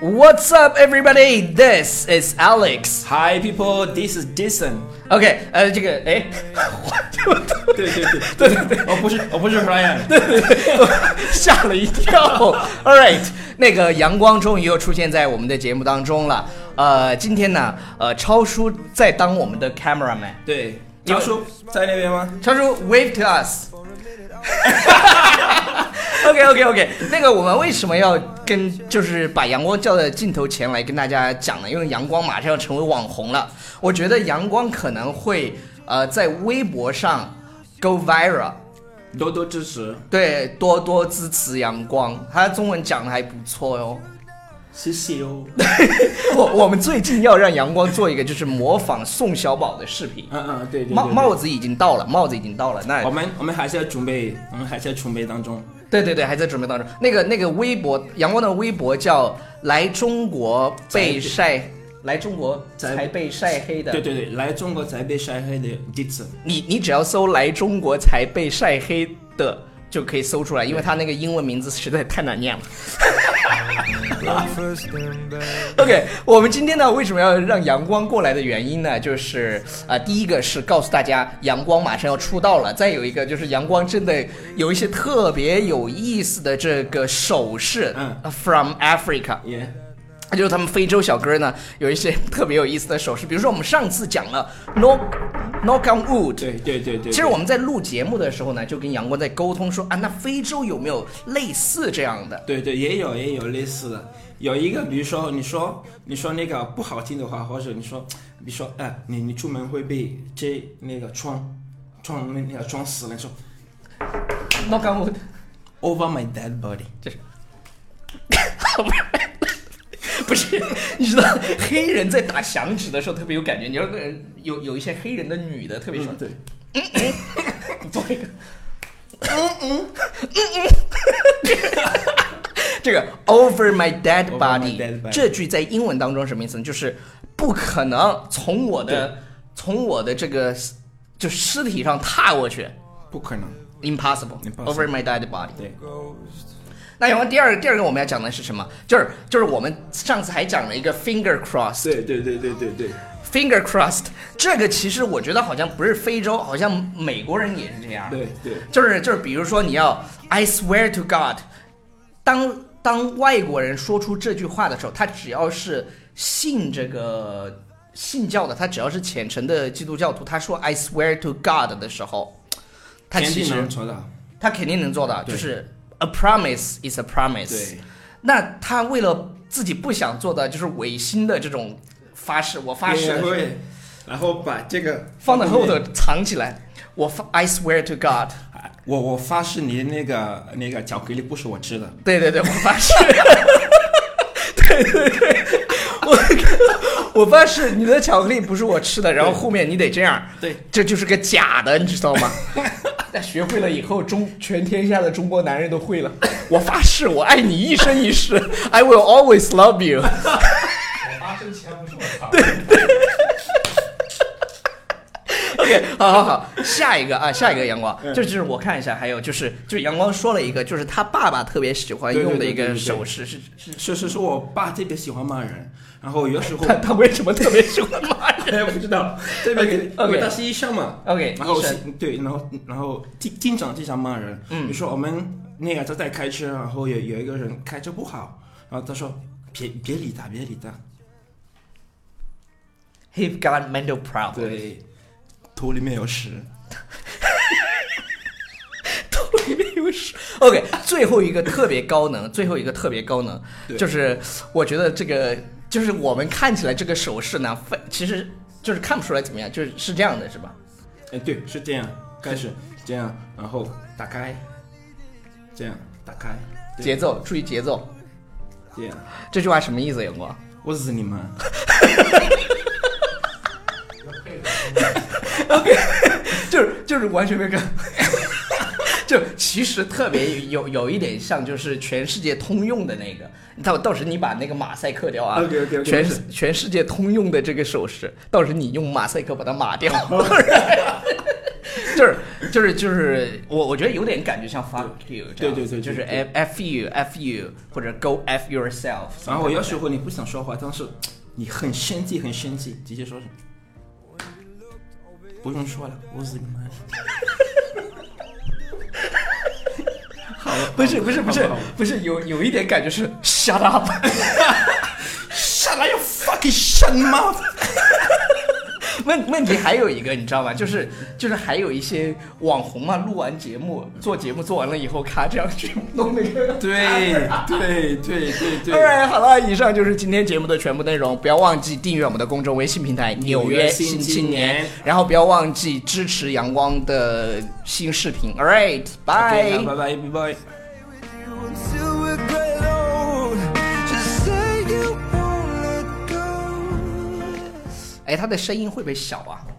What's up, everybody? This is Alex. Hi people, this is Jason。 OK，呃，这个，哎， 对对对对对对，我不是我不是 Brian。吓了一跳。All right，那个阳光终于又出现在我们的节目当中了。呃，今天呢，呃，超叔在当我们的 cameraman。对，张叔在那边吗？超叔 wave to us。OK OK OK，那个我们为什么要跟就是把阳光叫到镜头前来跟大家讲呢？因为阳光马上要成为网红了，我觉得阳光可能会呃在微博上 go viral。多多支持。对，多多支持阳光，他中文讲的还不错哟、谢谢哦。 我我们最近要让阳光做一个就是模仿宋小宝的视频，嗯嗯，对对对。帽对帽，子已经到了，帽子已经到了。那我们我们还是要准备，我们还是要准备当中。对对对，还在准备当中。那个那个微博，阳光的微博叫“来中国被晒”，来中国才才被晒黑的。对对对，来中国才被晒黑的 Jason。你你只要搜“来中国才被晒黑的”就可以搜出来，因为他那个英文名字实在太难念了。OK，我们今天呢，为什么要让阳光过来的原因呢？就是啊、呃第一个是告诉大家阳光马上要出道了，再有一个就是阳光真的有一些特别有意思的这个手势，嗯呃，from Africa，耶，就是他们非洲小哥呢有一些特别有意思的手势，比如说我们上次讲了 knock knock on wood，对对对对。其实我们在录节目的时候呢，就跟阳光在沟通说啊，那非洲有没有类似这样的？对对，也有也有类似的，有一个比如说你说你说那个不好听的话，或者你说比如说哎、你你出门会被这那个撞撞那那个撞死了，你说 knock on wood， over my dead body，就是， 不是，你知道黑人在打响指的时候特别有感觉，你要跟有有一些黑人的女的特别喜欢嗯对，做一个，嗯嗯嗯嗯， 这个 over my dead Over my body, dead body 这句在英文当中什么意思呢？就是不可能从我的从我的这个就尸体上踏过去不可能， ，impossible, Impossible over my dead body。对，那然后第二第二个我们要讲的是什么？就是就是我们上次还讲了一个 finger cross，对对对对对对， finger crossed，这个其实我觉得好像不是非洲，好像美国人也是这样。啊对对就是就是，比如说你要 I swear to God，当当外国人说出这句话的时候，他只要是信这个信教的，他只要是虔诚的基督教徒，他说 I swear to God 的时候，他天其地实能做到，他肯定能做到，对就是 a promise is a promise 对。那他为了自己不想做的，就是违心的这种发誓，我发誓对的时候会，然后把这个放在后头藏起来，我发 I swear to God。哎我我发誓你的那个那个巧克力不是我吃的，对对对，我发 誓。对对对，我我 发誓你的巧克力不是我吃的，然后后面你得这样，对，这就是个假的，你知道吗？ 那学会了以后，中全天下的中国男人都会了。 我发誓，我爱你一生一世，I will always love you。发生前不是我藏 OK，好好好，下一个啊，下一个阳光，这就是我看一下，还有就是，就是阳光说了一个，就是他爸爸特别喜欢对对用的对一对个对对手势，是是，是是是我爸特别喜欢骂人，然后有时 候他他为什么特别喜欢骂 人？ 哎不知道，特别给 OK，OK 因为他是医生嘛 OK，然后医生是对，然后然后经经常经常骂人，嗯，比如说我们那个他在开车，然后有有一个人开车不好，然后他说别别理他，别理他， He's got mental problem。对，头里面有屎， OK，最后一个特别高能，最后一个特别高能，对就是我觉得这个就是我们看起来这个手势呢，非其实就是看不出来怎么样，就是是这样的，是吧？哎对，是这样，开始这样，然后打开，这样打开，对节奏，注意节奏。这样，这句话什么意思，阳光？我日你妈！就是就是完全没有看， 就其实特别有有一点像，就是全世界通用的那个。到到时你把那个马赛克掉啊 OK，OK，OK，全没事全世哦界通用的这个手势，到时你用马赛克把它码掉。 就是就是就是我我觉得有点感觉像 fuck you，这样对对对对就是对 f f you f you 或者 go f yourself。然后有时候你不想说话，但是你很生气，很生气，直接说什么？不用说了，我日你妈！ 好了，不是不是不是好吧好吧不是有有一点感觉是 shut up， ，Shut up, you fucking shut my mouth！问问题还有一个，你知道吗？就是就是还有一些网红嘛，录完节目做节目做完了以后，咔这样去弄那个。对对对对对。 Alright，好了，以上就是今天节目的全部内容。不要忘记订阅我们的公众微信平台《纽约新新青青年年》，然后不要忘记支持阳光的新视频。 OK， Alright，bye 好。拜拜，拜拜。 Until we get old, just say you won't let go. 哎，他的声音会不会小啊？